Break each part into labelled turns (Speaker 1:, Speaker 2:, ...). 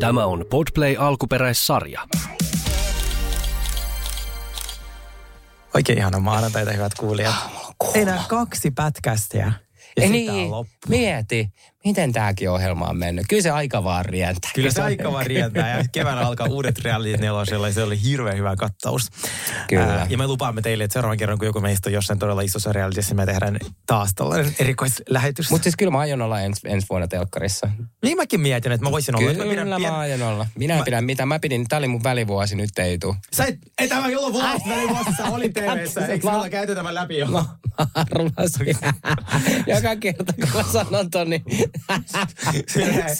Speaker 1: Tämä on Podplay alkuperäissarja.
Speaker 2: Oikein ihana maanantaita, hyvät kuulijat.
Speaker 3: Ah,
Speaker 2: Tehdään kaksi pätkästiä ja
Speaker 3: Ei
Speaker 2: sitten
Speaker 3: niin,
Speaker 2: tää on loppu.
Speaker 3: mieti, miten tämäkin ohjelma on mennyt. Kyllä se aika vaan rientää.
Speaker 2: Kyllä se aika vaan rientää ja kevään alkaa uudet reality nelosella ja se oli hirveän hyvä kattaus.
Speaker 3: Kyllä.
Speaker 2: ja me lupaamme teille, että seuraavan kerran kun joku meistä on jossain todella isossa realityssä, me tehdään taas tällainen erikoislähetys.
Speaker 3: Mutta siis kyllä mä aion olla ens, ensi vuonna telkkarissa.
Speaker 2: niin mäkin mietin, että mä voisin olla. että mä
Speaker 3: Kyllä mä,
Speaker 2: pien-
Speaker 3: aion olla. Minä en
Speaker 2: Mä-
Speaker 3: pidä mitään. Mä pidin, tää oli mun välivuosi, nyt ei tuu.
Speaker 2: Sä et, ei tämä ollut vuosi, väli vuosi, sä oli TV-ssä. Eikö me olla käyty tämän läpi jo?
Speaker 3: Mä arvasin. Joka kerta kun mä sanon ton, niin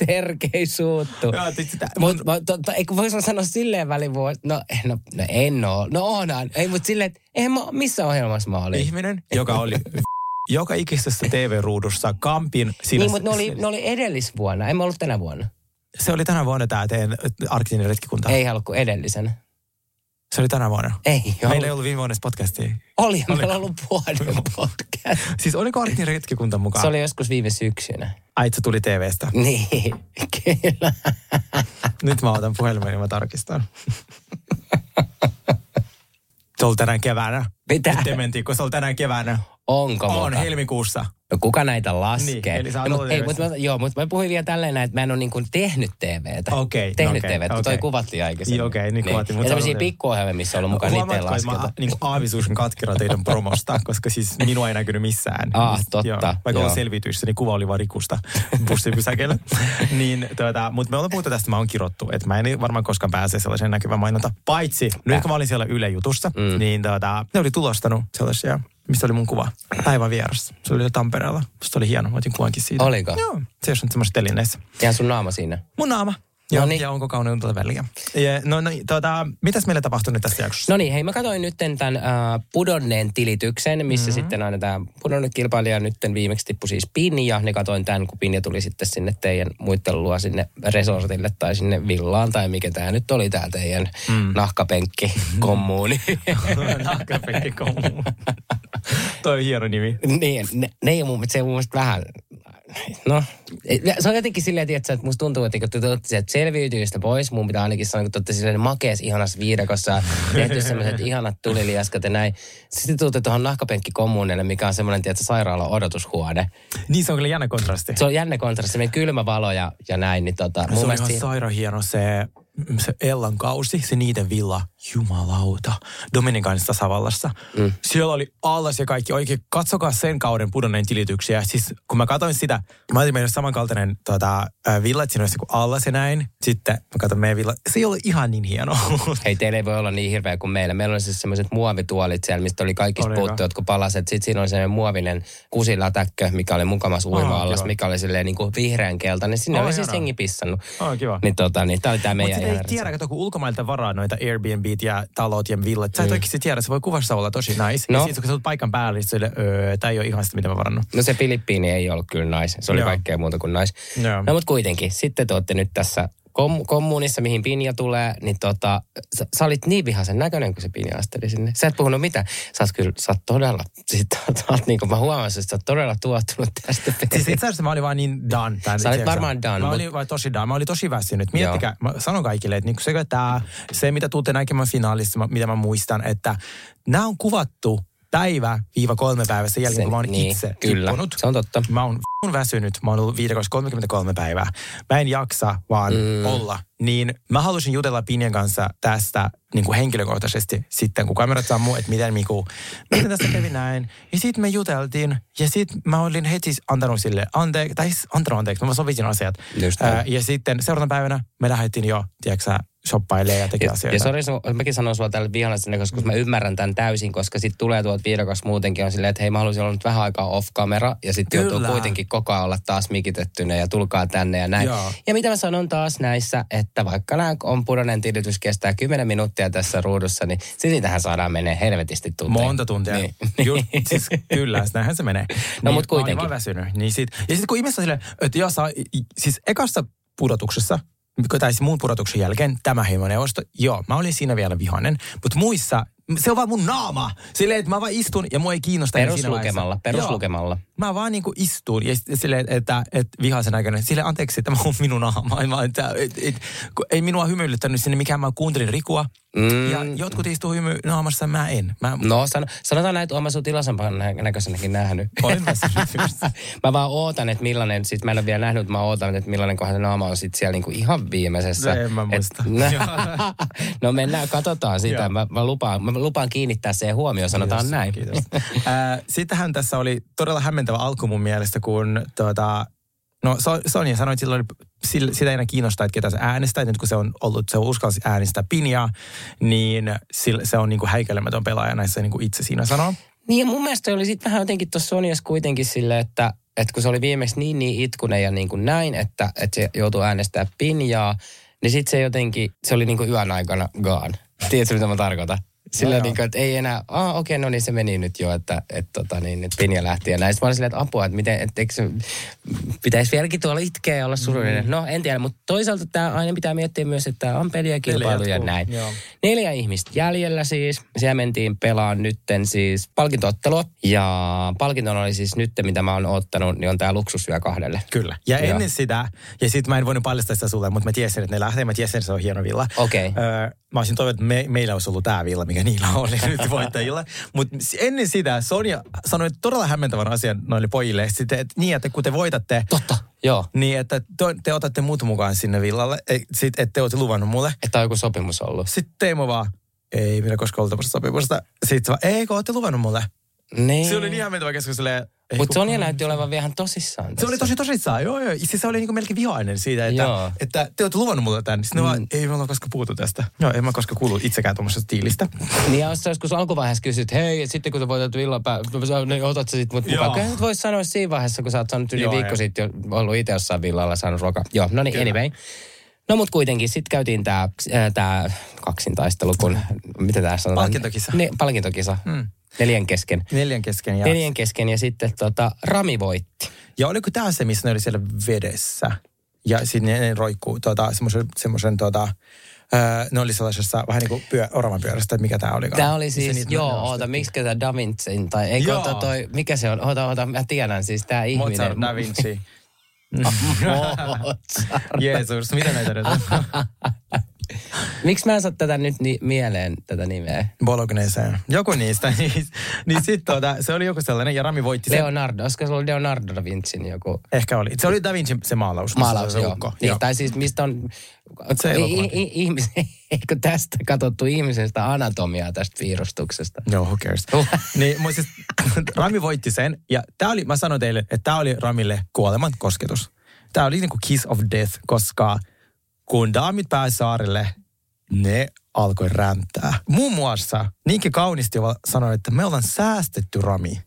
Speaker 3: Sergei suuttu.
Speaker 2: Joo, siis sitä-
Speaker 3: Mut, mä, to, to, eikö voisi sanoa silleen välivuosi? No, eh, no, no en oo. No onhan. Ei, mut silleen, että eihän mä, missä ohjelmassa mä olin?
Speaker 2: Ihminen, joka oli joka ikisessä TV-ruudussa kampin. Siinä,
Speaker 3: Niin, mutta ne oli, ne oli edellisvuonna. En mä ollut tänä vuonna.
Speaker 2: Se oli tänä vuonna tämä teidän arktinen retkikunta.
Speaker 3: Ei halua kuin edellisenä.
Speaker 2: Se oli tänä vuonna.
Speaker 3: Ei
Speaker 2: Joo.
Speaker 3: ollut.
Speaker 2: Meillä ei ollut viime vuonna edes podcastia.
Speaker 3: Oli, meillä on ollut vuoden podcast.
Speaker 2: Siis oliko arktinen retkikunta mukaan?
Speaker 3: Se oli joskus viime syksynä.
Speaker 2: Ai, että se tuli TV-stä.
Speaker 3: Niin, kyllä.
Speaker 2: Nyt mä otan puhelimen ja mä tarkistan. se oli tänään keväänä.
Speaker 3: Mitä?
Speaker 2: Dementti, kun se oli tänään keväänä.
Speaker 3: Onko
Speaker 2: On,
Speaker 3: muka?
Speaker 2: helmikuussa.
Speaker 3: No kuka näitä laskee?
Speaker 2: Niin, eli sä oot
Speaker 3: no, mut,
Speaker 2: ollut
Speaker 3: ei,
Speaker 2: TV:ssä.
Speaker 3: mut mä, joo, mutta mä puhuin vielä tälleen näin, että mä en ole niin kuin tehnyt TVtä.
Speaker 2: Okei,
Speaker 3: Tehnyt
Speaker 2: okei,
Speaker 3: TVtä, kun
Speaker 2: okei.
Speaker 3: toi kuvattiin aikaisemmin.
Speaker 2: Joo, okei, niin kuvattiin, mut
Speaker 3: Ja
Speaker 2: sä
Speaker 3: tämmöisiä
Speaker 2: olet-
Speaker 3: pikkuohjelmia, missä on ollut mukana, niitä ei
Speaker 2: Huomaatko, että
Speaker 3: lasketa.
Speaker 2: mä niin aavisuus on katkera teidän promosta, koska siis minua ei näkynyt missään.
Speaker 3: Ah, totta,
Speaker 2: Joo. Vaikka
Speaker 3: joo.
Speaker 2: on selvityissä, niin kuva oli vaan rikusta bussipysäkellä. niin, tuota, mutta me ollaan puhuttu tästä, mä oon kirottu, että mä en niin varmaan koskaan pääse sellaiseen näkyvään mainonta. Paitsi, nyt kun mä olin siellä Yle Jutussa, mm. niin tuota, ne oli tulostanut sellaisia, missä oli mun kuva päivän vieressä. Se oli Tampereella. Se oli hieno, mä otin kuvankin siitä.
Speaker 3: Oliko?
Speaker 2: Joo, se on semmoisessa telineissä.
Speaker 3: Ihan sun naama siinä.
Speaker 2: Mun naama. Ja,
Speaker 3: Noniin.
Speaker 2: ja onko kauneutta väliä? Ja, no, no tota, mitäs meillä tapahtui nyt tässä jaksossa?
Speaker 3: No niin, hei, mä katsoin nyt tämän äh, pudonneen tilityksen, missä mm-hmm. sitten aina tämä pudonnut kilpailija nyt viimeksi tippui siis Pinja. Ne katsoin tämän, kun Pinja tuli sitten sinne teidän muitten luo sinne resortille tai sinne villaan tai mikä tämä nyt oli tämä teidän mm. nahkapenkki kommuuni.
Speaker 2: Nahkapenkki kommu. Toi on hieno nimi.
Speaker 3: niin, ne, ne ei ole mun, se on mun mielestä vähän, no, se on jotenkin silleen, tiiätkö, että musta tuntuu, että kun te olette sieltä selviytyjistä pois, mun pitää ainakin sanoa, kun te olette silleen makeas ihanassa viidakossa, tehty semmoiset ihanat tuliliaskat ja näin. Sitten tuutte tuohon nahkapenkkikommuunille, mikä on semmoinen, tiedätkö, sairaala odotushuone.
Speaker 2: Niin se on kyllä jännä kontrasti.
Speaker 3: Se on jännä kontrasti, semmoinen kylmä valo ja, ja näin, niin tota, mun
Speaker 2: Se on
Speaker 3: mielestä
Speaker 2: ihan
Speaker 3: siinä-
Speaker 2: sairaan hieno se, se Ellan kausi, se niiden villa. Jumalauta. Dominikaanista Savallassa. Mm. Siellä oli allas ja kaikki. Oikein katsokaa sen kauden pudonneen tilityksiä. Siis kun mä katsoin sitä, mä ajattelin, meillä olisi samankaltainen tota, äh, villa, että siinä olisi joku allas ja näin. Sitten mä katsoin meidän villa. Se ei ollut ihan niin hieno.
Speaker 3: Hei, teillä ei voi olla niin hirveä kuin meillä. Meillä on siis semmoiset muovituolit siellä, mistä oli kaikista
Speaker 2: Oliko?
Speaker 3: puuttu jotkut palaset. Sitten siinä oli semmoinen muovinen kusilätäkkö, mikä oli mukamas uima-allas,
Speaker 2: kiva.
Speaker 3: mikä oli silleen niin kuin vihreän keltainen. Sinne
Speaker 2: Oh,
Speaker 3: oli siis
Speaker 2: hienoa.
Speaker 3: jengi pissannut.
Speaker 2: Oh, kiva.
Speaker 3: Niin tota, niin tää oli
Speaker 2: Mutta
Speaker 3: tää meidän
Speaker 2: sitä ei
Speaker 3: ihan-
Speaker 2: tiedä, kato, kun ulkomailta varaa noita Airbnbit ja talot ja villat. Sä et oikeasti tiedä, se voi kuvassa olla tosi nice. No.
Speaker 3: Mm. No.
Speaker 2: Ja sitten kun sä oot paikan päällä, niin sille, öö, tää ei ole ihan sitä, mitä mä varannut.
Speaker 3: No se Filippiini ei ollut kyllä nais. Se oli
Speaker 2: Joo.
Speaker 3: kaikkea muuta kuin nais.
Speaker 2: Joo.
Speaker 3: No mutta kuitenkin, sitten te olette nyt tässä kom- kommunissa, mihin Pinja tulee, niin tota, sä, sä olit niin vihaisen näköinen, kun se Pinja asteli sinne. Sä et puhunut mitään. Sä oot kyllä, sä oot todella, sit, sä oot, niin kuin mä huomasin, että sä oot todella tuottunut tästä.
Speaker 2: Siis itse asiassa mä olin vaan niin done. Tämän,
Speaker 3: Sä olit
Speaker 2: tiedätkö?
Speaker 3: varmaan done,
Speaker 2: Mä
Speaker 3: mut-
Speaker 2: olin vaan tosi done. Mä olin tosi väsynyt. Miettikää, mä sanon kaikille, että niinku se, tää, se mitä tuutte näkemään finaalissa, mä- mitä mä muistan, että nämä on kuvattu päivä viiva kolme päivää sen jälkeen,
Speaker 3: Sen-
Speaker 2: kun mä oon
Speaker 3: niin,
Speaker 2: itse
Speaker 3: kyllä.
Speaker 2: tippunut.
Speaker 3: Se on totta.
Speaker 2: Mä oon f***un väsynyt. Mä oon ollut viidekossa 33 päivää. Mä en jaksa vaan mm. olla. Niin mä halusin jutella Pinjan kanssa tästä niin kuin henkilökohtaisesti sitten, kun kamerat sammuu, että miten Miku, miten tässä kävi näin. Ja sitten me juteltiin ja sitten mä olin heti antanut sille anteeksi, tai siis antanut anteeksi, mä sovitin asiat.
Speaker 3: Just
Speaker 2: Ää,
Speaker 3: näin.
Speaker 2: ja sitten seuraavana päivänä me lähdettiin jo, tiedätkö shoppailemaan ja tekemään asioita.
Speaker 3: Ja sori, sun- mäkin sanon sulla tällä vihanlaisena, koska mä ymmärrän tämän täysin, koska sit tulee tuolta viidokas muutenkin on silleen, että hei mä haluaisin olla nyt vähän aikaa off camera ja sitten joutuu
Speaker 2: Kyllä.
Speaker 3: kuitenkin koko ajan olla taas mikitettynä ja tulkaa tänne ja näin.
Speaker 2: Joo.
Speaker 3: Ja mitä mä sanon taas näissä, että vaikka nämä on pudonneen tilitys kestää 10 minuuttia tässä ruudussa, niin se siitähän saadaan menee helvetisti tuntia.
Speaker 2: Monta tuntia.
Speaker 3: Niin.
Speaker 2: Niin. Just, siis kyllä, näinhän se menee.
Speaker 3: No,
Speaker 2: Niin,
Speaker 3: mut
Speaker 2: Mä
Speaker 3: kuitenkin.
Speaker 2: olin vaan väsynyt. Niin sit, ja sitten kun ihmiset on silleen, että joo, saa, siis ekassa pudotuksessa, tai siis muun pudotuksen jälkeen, tämä heimoneuvosto, joo, mä olin siinä vielä vihainen, mutta muissa se on vaan mun naama. Silleen, että mä vaan istun ja mua ei kiinnosta. enää siinä
Speaker 3: Peruslukemalla,
Speaker 2: vaiheessa.
Speaker 3: peruslukemalla.
Speaker 2: Joo. Mä vaan niinku istun ja sit- silleen, että, että vihaisen aikana, sille anteeksi, tämä on minun naama. Ei, mä, että, et, et, kun ei minua hymyilyttänyt sinne mikään, mä kuuntelin Rikua. Mm. Ja jotkut istuu hymy naamassa, mä en. Mä,
Speaker 3: No sano, sanotaan näin, että oon mä sun tilasempaan nä- näköisenäkin nähnyt.
Speaker 2: Olen mä sen näköisenä.
Speaker 3: mä vaan ootan, että millainen, sit mä en ole vielä nähnyt, mutta mä ootan, että millainen kohan se naama on sit siellä niinku ihan viimeisessä.
Speaker 2: No, en mä muista.
Speaker 3: Et, no mennään, katsotaan sitä.
Speaker 2: Joo.
Speaker 3: mä, mä, lupaan, mä lupaan kiinnittää siihen huomioon, sanotaan
Speaker 2: Kiitos,
Speaker 3: näin.
Speaker 2: Kiitos. Ää, Sittenhän tässä oli todella hämmentävä alku mun mielestä, kun tuota, no So- Sonja sanoi, että silloin sil- sitä ei enää kiinnostaa, että ketä se äänestää. Et Nyt kun se on ollut, se on uskalsi äänestää Pinjaa, niin sil- se on niinku häikäilemätön pelaaja, näin se niinku itse siinä sanoo.
Speaker 3: Niin ja mun mielestä oli sitten vähän jotenkin tuossa Sonias kuitenkin silleen, että, että kun se oli viimeksi niin niin itkunen ja niin kuin näin, että, että se joutui äänestämään pinjaa, niin sitten se jotenkin, se oli niin kuin yön aikana gone. Tiedätkö mitä mä tarkoitan? Sillä
Speaker 2: joo.
Speaker 3: niin kuin, että ei enää, aa okei, okay, no niin se meni nyt jo, että, että tota, niin, nyt pinja lähti ja näin. Sitten mä olin silleen, että apua, että miten, että eikö se, pitäisi vieläkin tuolla itkeä ja olla surullinen. Mm. No en tiedä, mutta toisaalta tämä aina pitää miettiä myös, että tää on peliä kilpailu ja
Speaker 2: jatkuu,
Speaker 3: näin.
Speaker 2: joo.
Speaker 3: Neljä ihmistä jäljellä siis. Siellä mentiin pelaan nytten siis palkintoottelua. Ja palkintona oli siis nyt, mitä mä oon ottanut, niin on tää luksusyö kahdelle.
Speaker 2: Kyllä. Ja
Speaker 3: Joo.
Speaker 2: Joo. ennen sitä, ja sit mä en voinut paljastaa sitä sulle, mutta mä tiesin, että ne lähtee, mä tiesin, että se on hieno villa.
Speaker 3: Okei.
Speaker 2: Öö, mä olisin toivonut, että me, meillä olisi ollut tämä villa, mikä niillä oli nyt voittajilla. Mutta ennen sitä Sonja sanoi todella hämmentävän asian noille pojille. Sitten, että niin, että kun te voitatte,
Speaker 3: Totta. Joo.
Speaker 2: niin että to, te otatte mut mukaan sinne villalle, e, sit, että te olette luvannut mulle.
Speaker 3: Että on joku sopimus ollut.
Speaker 2: Sitten Teemu vaan, ei minä koskaan ollut tämmöistä sopimusta. Sitten se vaan, eikö olette luvannut mulle?
Speaker 3: Niin.
Speaker 2: Se oli niin hämmentävä keskustelu. ei
Speaker 3: Mutta
Speaker 2: kukaan-
Speaker 3: Sonja näytti olevan vielä ihan tosissaan
Speaker 2: se oli
Speaker 3: tässä.
Speaker 2: tosi tosissaan, joo joo. Siis se oli niinku melkein vihainen siitä,
Speaker 3: Joo.
Speaker 2: että, että te olette luvannut mulle tämän. Sitten mm. vaan, ei me olla koskaan puhuttu tästä. Joo, en mä koskaan kuullut itsekään tuommoisesta tiilistä.
Speaker 3: Niin ja jos sä joskus alkuvaiheessa kysyt, hei, et sitten kun sä voitat villapää, no sä- niin otat sä sit mut mukaan.
Speaker 2: Joo.
Speaker 3: Kyllä sä nyt voisi sanoa siinä vaiheessa, kun sä oot saanut yli
Speaker 2: Joo,
Speaker 3: viikko
Speaker 2: joo.
Speaker 3: sitten jo ollut itse jossain villalla saanut ruokaa. Joo, no niin, anyway. No mut kuitenkin, sitten käytiin tää, äh, tää kaksintaistelu, kun, mitä tää sanotaan?
Speaker 2: Palkintokisa. Mm.
Speaker 3: Ne, palkintokisa. Hmm. Neljän kesken.
Speaker 2: Neljän kesken. Ja,
Speaker 3: Neljän kesken ja sitten tota, Rami voitti.
Speaker 2: ja oliko tämä se, missä ne oli siellä vedessä? Ja sinne ne roikkuu tota, semmoisen, semmoisen tota, öö, ne oli sellaisessa vähän niin kuin pyö, oravan pyörästä, että mikä tämä oli.
Speaker 3: Tää oli siis, joo, oota, miksi tää Da Vincin, tai ei
Speaker 2: Joo.
Speaker 3: oota toi, mikä se on, oota, oota, mä tiedän siis tää ihminen.
Speaker 2: Mozart, Da Vinci.
Speaker 3: Mozart.
Speaker 2: Jeesus, mitä näitä nyt on?
Speaker 3: Miksi mä en saa tätä nyt ni- mieleen, tätä nimeä?
Speaker 2: Bologneseen. Joku niistä. Niin, niin sitten tota, se oli joku sellainen, ja Rami voitti sen.
Speaker 3: Leonardo, olisiko se ollut Leonardo da Vincin joku
Speaker 2: Ehkä oli. Siis Se oli Da Vinci se maalaus. missä
Speaker 3: maalaus?
Speaker 2: Se, oli se
Speaker 3: Joo.
Speaker 2: ukko.
Speaker 3: Niin, tai siis mistä on
Speaker 2: Se ei
Speaker 3: i-
Speaker 2: ollut
Speaker 3: i- ihmis, eikö tästä katsottu ihmisestä anatomiaa tästä virustuksesta?
Speaker 2: Joo, who cares.
Speaker 3: Uh.
Speaker 2: niin, mutta siis Rami voitti sen. Ja tää oli, mä sanoin teille, että tämä oli Ramille kuoleman kosketus. Tämä oli niinku kiss of death, koska kun daamit pääsi saarille, ne alkoi räntää. Muun muassa Niinki Kaunisti sanoi, että me ollaan säästetty Rami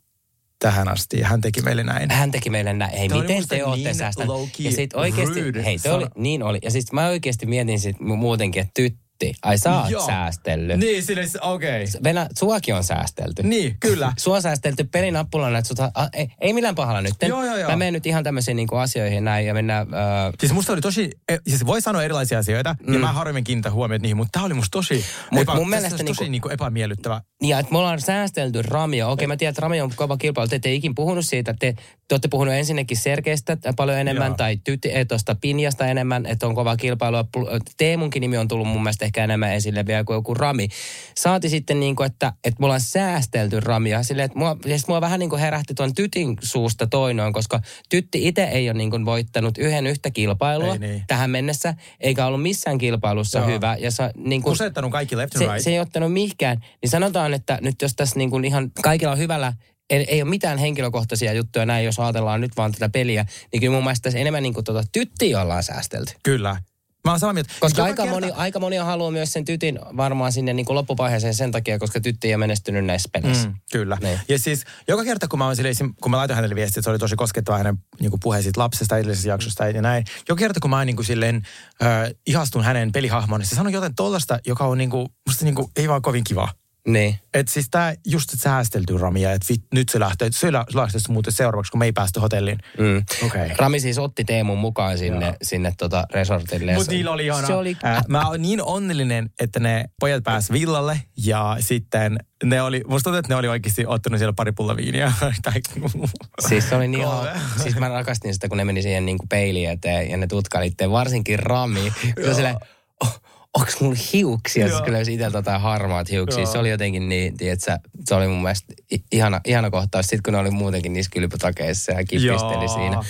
Speaker 2: tähän asti. Ja hän teki meille näin.
Speaker 3: Hän teki meille näin, hei
Speaker 2: Toi oli
Speaker 3: miten
Speaker 2: musta
Speaker 3: te ootte
Speaker 2: niin
Speaker 3: säästäneet?
Speaker 2: low-key
Speaker 3: Ja sit oikeesti,
Speaker 2: rude
Speaker 3: hei toi oli,
Speaker 2: sana.
Speaker 3: niin oli. Ja sit mä oikeesti mietin sit mu- muutenkin, että tytti, ai sä oot
Speaker 2: Joo.
Speaker 3: säästellyt.
Speaker 2: Niin, sille, okei. Okay.
Speaker 3: Venä, suakin on säästelty.
Speaker 2: Niin, kyllä.
Speaker 3: Sua säästelty pelinappulana, että sut, a, ei, ei millään pahalla nyt.
Speaker 2: Joo, joo, joo.
Speaker 3: Mä menen nyt ihan tämmöisiin niinku asioihin näin ja mennään... Äh,
Speaker 2: Siis musta oli tosi, eh, siis voi sanoa erilaisia asioita, mm. ja mä harvemmin kiinnitän huomiota niihin, mutta tää oli musta tosi,
Speaker 3: Mut
Speaker 2: epä,
Speaker 3: mun
Speaker 2: mun
Speaker 3: mielestä
Speaker 2: mielestä tosi
Speaker 3: niinku-
Speaker 2: niinku, niinku epämiellyttävä.
Speaker 3: niin, että me ollaan säästelty Ramia. Okei, mä tiedän, että Rami on kova kilpailu. Te ette ikin puhunut siitä. Te, te olette puhunut ensinnäkin Sergeistä paljon enemmän
Speaker 2: Joo.
Speaker 3: tai tytti, eh, tuosta Pinjasta enemmän, että on kova kilpailua. Pl- eh, Teemunkin nimi on tullut mun mielestä ehkä enemmän esille vielä kuin joku Rami. Saati sitten, niin kuin, että, että me ollaan säästelty Ramia. Silleen, että mua, ja sit mua vähän niin kuin herähti tuon tytin suusta toinoin, koska tytti itse ei ole niin kuin voittanut yhden yhtä kilpailua
Speaker 2: Ei niin.
Speaker 3: tähän mennessä, eikä ollut missään kilpailussa
Speaker 2: Joo.
Speaker 3: hyvä. Ja sa, niin kuin,
Speaker 2: Kusettanut kaikki left and
Speaker 3: se,
Speaker 2: right.
Speaker 3: se ei ottanut mihinkään. Niin sanotaan, että nyt jos tässä niin kuin ihan kaikilla on hyvällä, ei, ei ole mitään henkilökohtaisia juttuja näin, jos ajatellaan nyt vaan tätä peliä, niin kyllä mun mielestä tässä enemmän niin kuin tuota tyttiä ollaan säästelty.
Speaker 2: Kyllä. Mä oon samaa mieltä. Siis
Speaker 3: Koska
Speaker 2: Joka
Speaker 3: aika, moni, aika moni haluaa myös sen tytin varmaan sinne niin kuin loppuvaiheeseen sen takia, koska tytti ei ole menestynyt näissä peleissä. Mm.
Speaker 2: Mm, kyllä.
Speaker 3: Niin.
Speaker 2: Niin. Ja siis joka kerta, kun mä, oon sille, esim- kun mä laitoin hänelle viestiä, että se oli tosi koskettava hänen niin puheen siitä lapsesta edellisessä jaksosta ja näin. Joka kerta, kun mä niin kuin silleen, äh, ihastun hänen pelihahmoon, niin se sanoi jotain tollasta, joka on niin kuin, musta niin kuin, niinku, ei vaan kovin kiva.
Speaker 3: Niin.
Speaker 2: Et siis tää just et säästelty Ramia, että vit, nyt se lähtee, se lä- lähtee se muuten seuraavaksi, kun me ei päästy hotelliin.
Speaker 3: Mm.
Speaker 2: Okei.
Speaker 3: Rami siis otti Teemun mukaan sinne, sinne tota resortille.
Speaker 2: Mutta niillä oli ihana.
Speaker 3: Se oli...
Speaker 2: Äh, mä oon niin onnellinen, että ne pojat pääs villalle ja sitten ne oli, musta tuntuu, että ne oli oikeasti ottanut siellä pari pulla viiniä. tai,
Speaker 3: Siis se oli niin
Speaker 2: Kolme.
Speaker 3: ihan, siis mä rakastin sitä, kun ne meni siihen niinku peiliin eteen ja ne tutkaili itteen, varsinkin Rami. Kun se sille, oh, onks mulla hiuksia? Siis
Speaker 2: Joo.
Speaker 3: kyllä löysi itseltä jotain harmaat hiuksia.
Speaker 2: Joo.
Speaker 3: Se oli jotenkin niin, tietsä, se oli mun mielestä i- ihana, ihana kohtaus. Sitten kun ne oli muutenkin niissä kylpytakeissa ja kipisteli
Speaker 2: Joo.
Speaker 3: siinä.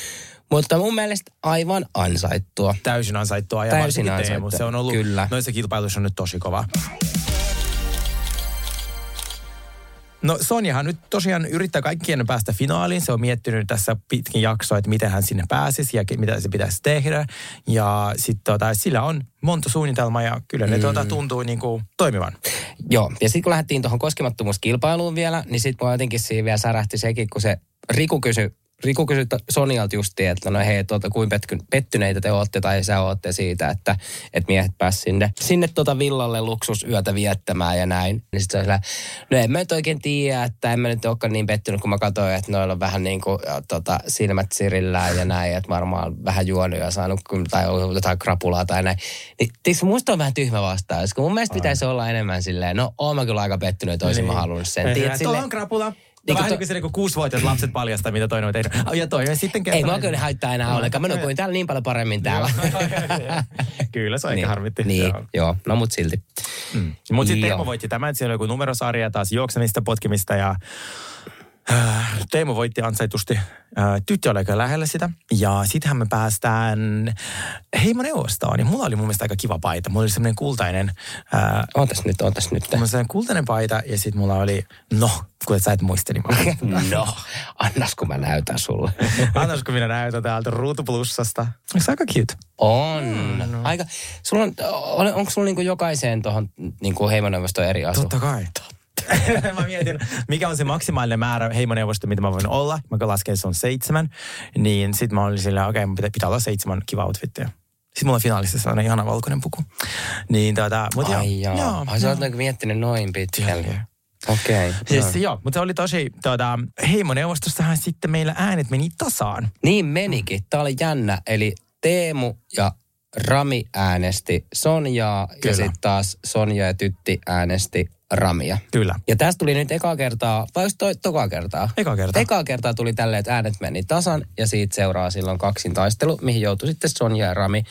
Speaker 3: Mutta mun mielestä aivan ansaittua.
Speaker 2: täysin ansaittua ja
Speaker 3: Täysin
Speaker 2: varsinkin Teemu.
Speaker 3: ansaittua,
Speaker 2: Se on ollut,
Speaker 3: kyllä.
Speaker 2: noissa kilpailuissa on nyt tosi kova. No Sonjahan nyt tosiaan yrittää kaikkien päästä finaaliin. Se on miettinyt tässä pitkin jaksoa, että miten hän sinne pääsisi ja ki- mitä se pitäisi tehdä. Ja sitten tota, sillä on monta suunnitelmaa ja kyllä
Speaker 3: Mm.
Speaker 2: ne tuota, tuntuu niin kuin toimivan.
Speaker 3: Joo, ja sitten kun lähdettiin tuohon koskemattomuuskilpailuun vielä, niin sitten mua jotenkin siinä vielä särähti sekin, kun se Riku kysyi, Riku kysyi to- Sonjalta justiin, että no hei, tuota, kuin petky- pettyneitä te olette tai sä olette siitä, että, että miehet pääs sinne, sinne tuota villalle luksusyötä viettämään ja näin. Niin sitten se on sillä, no en mä nyt oikein tiedä, että en mä nyt olekaan niin pettynyt, kun mä katsoin, että noilla on vähän niin kuin ja, tota, silmät sirillään ja näin, että varmaan vähän juonut ja saanut kyllä- tai ollut jotain krapulaa tai näin. Niin, tiiäks, musta on vähän tyhmä vastaus, kun mun mielestä pitäisi olla enemmän silleen, no oon mä kyllä aika pettynyt, että olisin mä halunnut sen. Tiedät,
Speaker 2: Niin. Tuolla
Speaker 3: silleen-
Speaker 2: on krapula.
Speaker 3: Niin
Speaker 2: Niin
Speaker 3: kuin
Speaker 2: vähän
Speaker 3: to-
Speaker 2: niin kuin se niin kuin kuusivuotiaat lapset paljastaa, mitä toinen on tehnyt. Ai, Ja toi on sitten
Speaker 3: ei
Speaker 2: kertonut.
Speaker 3: mä oikein haittaa enää ollenkaan, mä nukuin täällä niin paljon paremmin täällä.
Speaker 2: Kyllä se on
Speaker 3: niin,
Speaker 2: aika harmitti.
Speaker 3: Niin,
Speaker 2: Joo.
Speaker 3: joo, no mut silti.
Speaker 2: Mm. Mutta sitten
Speaker 3: Joo.
Speaker 2: Teemu voitti tämän, että siellä oli joku numerosarja taas juoksemista, potkimista ja äh, Teemu voitti ansaitusti. Äh, Tyttö oli aika lähellä sitä. Ja sittenhän me päästään heimoneuvostoon. Ja mulla oli mun mielestä aika kiva paita. Mulla oli semmoinen kultainen, äh,
Speaker 3: Ootas nyt, ootas nyt.
Speaker 2: mulla oli semmoinen kultainen paita ja sitten mulla oli, no, kun sä et muisteli. mä-
Speaker 3: No, annas kun mä näytän sulle.
Speaker 2: Annas, kun minä näytän täältä Ruutu Plussasta. Onko se aika cute?
Speaker 3: On. No. Aika. Sulla on, on, onko sulla niinku jokaiseen tuohon niinku heimoneuvostoon eri asu?
Speaker 2: Totta kai. mä mietin, mikä on se maksimaalinen määrä heimoneuvosta, mitä mä voin olla. Mä lasken, että se on seitsemän. Niin sit mä olin sillä, okei, okay, pitää, pitää olla seitsemän kiva outfittia. Sitten mulla on finaalissa sellainen ihana valkoinen puku. Niin tota, mut joo.
Speaker 3: Ai joo.
Speaker 2: joo,
Speaker 3: Ai sä oot niinku miettinyt noin pitkälle. Okei. Okay.
Speaker 2: Siis, joo, mutta se oli tosi, tota, heimoneuvostossahan sitten meillä äänet meni tasaan.
Speaker 3: Niin menikin. Tämä oli jännä. Eli Teemu ja Rami äänesti Sonjaa ja
Speaker 2: Kyllä.
Speaker 3: sitten taas Sonja ja Tytti äänesti Ramia.
Speaker 2: Kyllä.
Speaker 3: Ja tästä tuli nyt ekaa kertaa, vai onko toi tokaa kertaa?
Speaker 2: Eka kerta.
Speaker 3: Ekaa kertaa tuli tälleen, että äänet meni tasan ja siitä seuraa silloin kaksintaistelu, mihin joutui sitten Sonja ja Rami.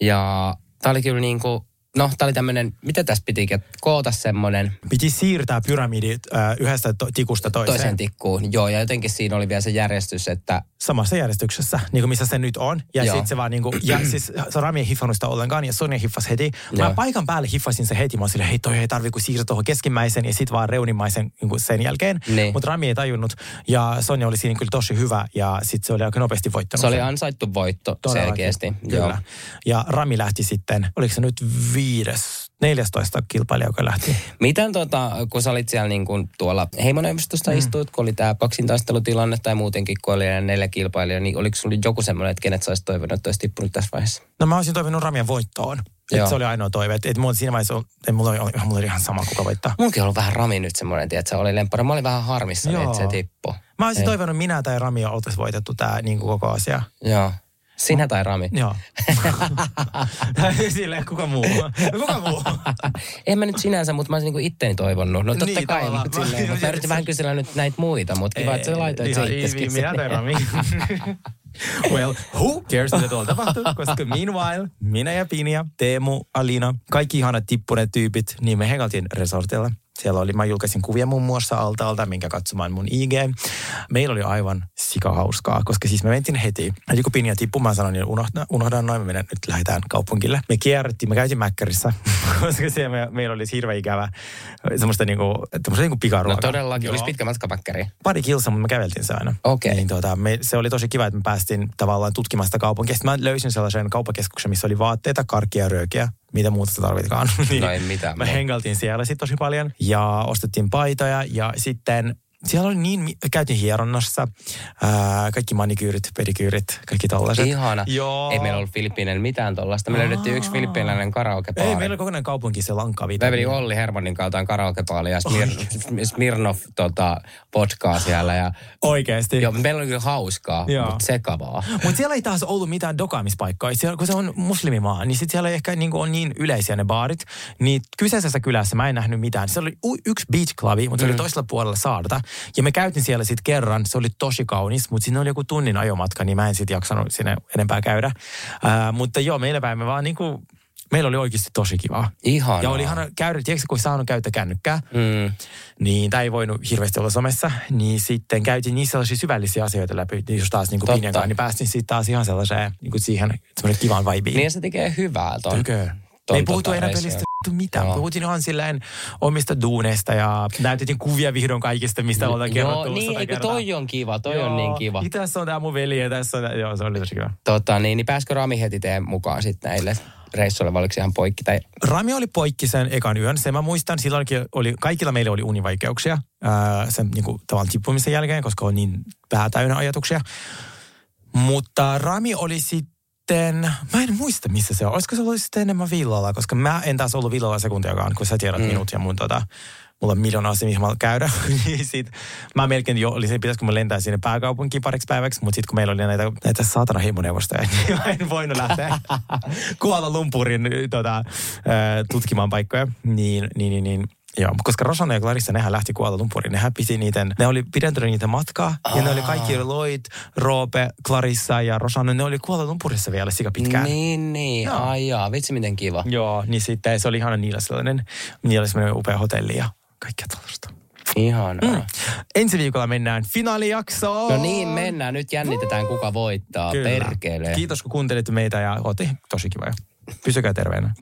Speaker 3: Ja tää oli kyllä niin kuin, no tää oli tämmönen, mitä tässä piti koota semmonen
Speaker 2: Piti siirtää pyramidit äh, yhdestä to- tikusta toiseen.
Speaker 3: toiseen tikkuun. Joo, ja jotenkin siinä oli vielä se järjestys, että
Speaker 2: samassa järjestyksessä, niin kuin missä se nyt on. Ja
Speaker 3: Joo.
Speaker 2: sitten se vaan niin kuin, ja siis se Rami ei hiffannut sitä ollenkaan ja Sonja hiffasi heti. Mä
Speaker 3: Joo.
Speaker 2: paikan päälle hiffasin se heti. Mä olin silleen, hei toi ei tarvi kuin siirtää tuohon keskimmäisen ja sitten vaan reunimmaisen niin kuin sen jälkeen.
Speaker 3: Niin.
Speaker 2: Mutta Rami ei tajunnut ja Sonja oli siinä kyllä tosi hyvä ja sitten se oli aika nopeasti voittanut.
Speaker 3: se oli
Speaker 2: sen.
Speaker 3: ansaittu voitto
Speaker 2: Todellakin,
Speaker 3: selkeästi.
Speaker 2: Kyllä.
Speaker 3: Joo.
Speaker 2: Ja Rami lähti sitten, oliko se nyt viides, 14 kilpailija, joka lähti.
Speaker 3: Miten tota, kun sä olit siellä niin kuin tuolla heimoneuvostosta mm. istuit, kun oli tämä kaksintaistelutilanne tai muutenkin, kun oli enää neljä kilpailijaa, niin oliko sulla joku semmoinen, että kenet sä olisit toivonut, että olisi tippunut tässä vaiheessa?
Speaker 2: No mä olisin toivonut Ramien voittoon.
Speaker 3: Joo.
Speaker 2: Et se oli ainoa toive. Että et mulla siinä vaiheessa, oli- ei, mulla oli, mulla oli ihan sama kuka voittaa.
Speaker 3: Munkin on ollut vähän rami nyt semmoinen, että se oli lemppari. Mä olin vähän harmissa,
Speaker 2: Joo.
Speaker 3: että se tippui.
Speaker 2: Mä olisin
Speaker 3: Ei.
Speaker 2: toivonut minä tai Rami oltaisiin voitettu tämä niin kuin koko asia.
Speaker 3: Joo. Sinä tai Rami?
Speaker 2: Joo. Silleen kuka muu. Kuka muu.
Speaker 3: en mä nyt sinänsä, mutta mä olisin niinku itteni toivonut. No totta
Speaker 2: Niin,
Speaker 3: kai,
Speaker 2: tavallaan. siis-
Speaker 3: mutta silleen, mut mä yritin vähän kysellä nyt näitä muita, mutta kiva, että sä laitoit No
Speaker 2: Ihan
Speaker 3: se
Speaker 2: easy,
Speaker 3: itseskin.
Speaker 2: Minä tai Rami. well, who cares mitä tuolla tapahtuu, koska meanwhile minä ja Pinja, Teemu, Alina, kaikki ihanat tippuneet tyypit, niin me hengailtiin resortilla. Siellä oli, mä julkaisin kuvia muun muassa altaalta, minkä katsomaan mun IG. Meillä oli aivan sikahauskaa, koska siis me mentiin heti. Eli kun Pinja tippui, mä sanoin, niin unohda, unohdan noin, me menen, nyt lähdetään kaupunkille. Me kierrettiin, me käytiin Mäkkärissä, koska siellä me, meillä oli hirveän ikävä semmoista niinku, semmoista niinku
Speaker 3: No
Speaker 2: pikaruokaa.
Speaker 3: todellakin, olisi
Speaker 2: Joo
Speaker 3: pitkä No matka päkkäriin.
Speaker 2: pari kilsa, mutta me käveltiin se aina.
Speaker 3: Okei.
Speaker 2: Niin tota, me, se oli tosi kiva, että me päästiin tavallaan tutkimaan sitä kaupunkia. Sitten mä löysin sellaisen kauppakeskuksen, missä oli vaatteita, karkkia ja röökiä. Mitä muuta sitä tarvitkaan. niin
Speaker 3: ei mitään
Speaker 2: Me
Speaker 3: muuta.
Speaker 2: hengailtiin siellä sitten tosi paljon ja ostettiin paitoja ja sitten siellä oli niin, mi- käytiin hieronnassa, ää, kaikki manikyyrit, pedikyyrit, kaikki tollaiset.
Speaker 3: Ihana.
Speaker 2: Joo.
Speaker 3: Ei meillä ollut Filippiineillä mitään tollasta. Me löydettiin yksi filippiiniläinen karaokepaari.
Speaker 2: Ei, meillä oli kokonainen kaupunki se lankkaviita.
Speaker 3: Väveli Olli Hermanin kautta on karaokepaali ja Smir- Smirnov tota, vodkaa siellä. Ja,
Speaker 2: Oikeesti.
Speaker 3: joo, meillä oli kyllä hauskaa,
Speaker 2: Niin. Joo.
Speaker 3: mutta sekavaa.
Speaker 2: Mutta siellä ei taas ollut mitään dokaamispaikkoja. Siellä, kun se on muslimimaa, niin sit siellä ei ehkä niin on niin yleisiä ne baarit. Niin kyseisessä kylässä mä en nähnyt mitään. Se oli u- yksi beach clubi, mutta se oli toisella puolella saarta. Ja me käytin siellä sitten kerran. Se oli tosi kaunis, mutta siinä oli joku tunnin ajomatka, niin mä en sitten jaksanut sinne enempää käydä. Ää, mutta joo, meillä päin me vaan niinku, meillä oli oikeasti tosi kivaa.
Speaker 3: Ihanaa.
Speaker 2: Ja oli ihana käydä, tiedätkö, kun ei saanut käyttää kännykkää,
Speaker 3: Mm.
Speaker 2: niin tai ei voinut hirveästi olla somessa, niin sitten käytiin niissä sellaisia syvällisiä asioita läpi, niin just taas niin
Speaker 3: Totta.
Speaker 2: kuin Pinjan kanssa, niin päästiin sitten taas ihan sellaiseen, niin kuin siihen semmoinen kivaan vibeen.
Speaker 3: Niin ja se tekee hyvää ton.
Speaker 2: Tykö?
Speaker 3: ton
Speaker 2: Me ei puhuttu
Speaker 3: tota
Speaker 2: enää
Speaker 3: reissuun.
Speaker 2: pelistä vittu mitään.
Speaker 3: Joo.
Speaker 2: Joo. Puhuttiin ihan silleen omista duuneista ja näytettiin kuvia vihdoin kaikista, mistä ollaan kerrottu
Speaker 3: Joo, niin,
Speaker 2: sata
Speaker 3: eikö
Speaker 2: kertaa.
Speaker 3: toi on kiva, toi joo. on niin kiva.
Speaker 2: Niin tässä on tää mun veli ja tässä on, joo, se oli tosi kiva.
Speaker 3: Tota niin, niin pääskö Rami heti teidän mukaan sitten näille reissuille, vai oliko se ihan poikki? Tai,
Speaker 2: Rami oli poikki sen ekan yön, sen mä muistan. Silloin oli, kaikilla meillä oli univaikeuksia ää, sen niin kuin, tavallaan tippumisen jälkeen, koska on niin pää täynnä ajatuksia. Mutta Rami oli sitten, mä en muista missä se on. Olisiko se ollut sitten enemmän villalla, koska mä en taas ollut villalla sekuntiakaan, kun sä tiedät mm. minut ja mun tota, mulla on miljoona asiaa, mihin mä haluan käydä. niin sit, mä melkein jo olisin, pitäisikö mä lentää sinne pääkaupunkiin pariksi päiväksi, mutta sitten kun meillä oli näitä, näitä saatana himoneuvostoja, niin mä en voinut lähteä kuolla lumpurin tota, ö, tutkimaan paikkoja. Niin, niin, niin, niin. Joo, koska Rosanna ja Clarissa, nehän lähti Kuala Lumpuriin. Nehän piti niiden, ne oli pidentänyt niitä matkaa. Ja ne oli kaikki Lloyd, Roope, Clarissa ja Rosanna, ne oli Kuala Lumpurissa vielä sika pitkään.
Speaker 3: niin, niin, Mm.
Speaker 2: Joo.
Speaker 3: ai jaa, vitsi miten kiva.
Speaker 2: Joo, niin sitten se oli ihana niillä sellainen, niillä oli sellainen upea hotelli ja kaikkea tällaista.
Speaker 3: Ihanaa. Mm.
Speaker 2: Ensi viikolla mennään finaalijaksoon.
Speaker 3: No niin, mennään. Nyt jännitetään, kuka voittaa. Perkele.
Speaker 2: Kiitos kun kuuntelitte meitä ja oltiin tosi kiva. Pysykää terveenä.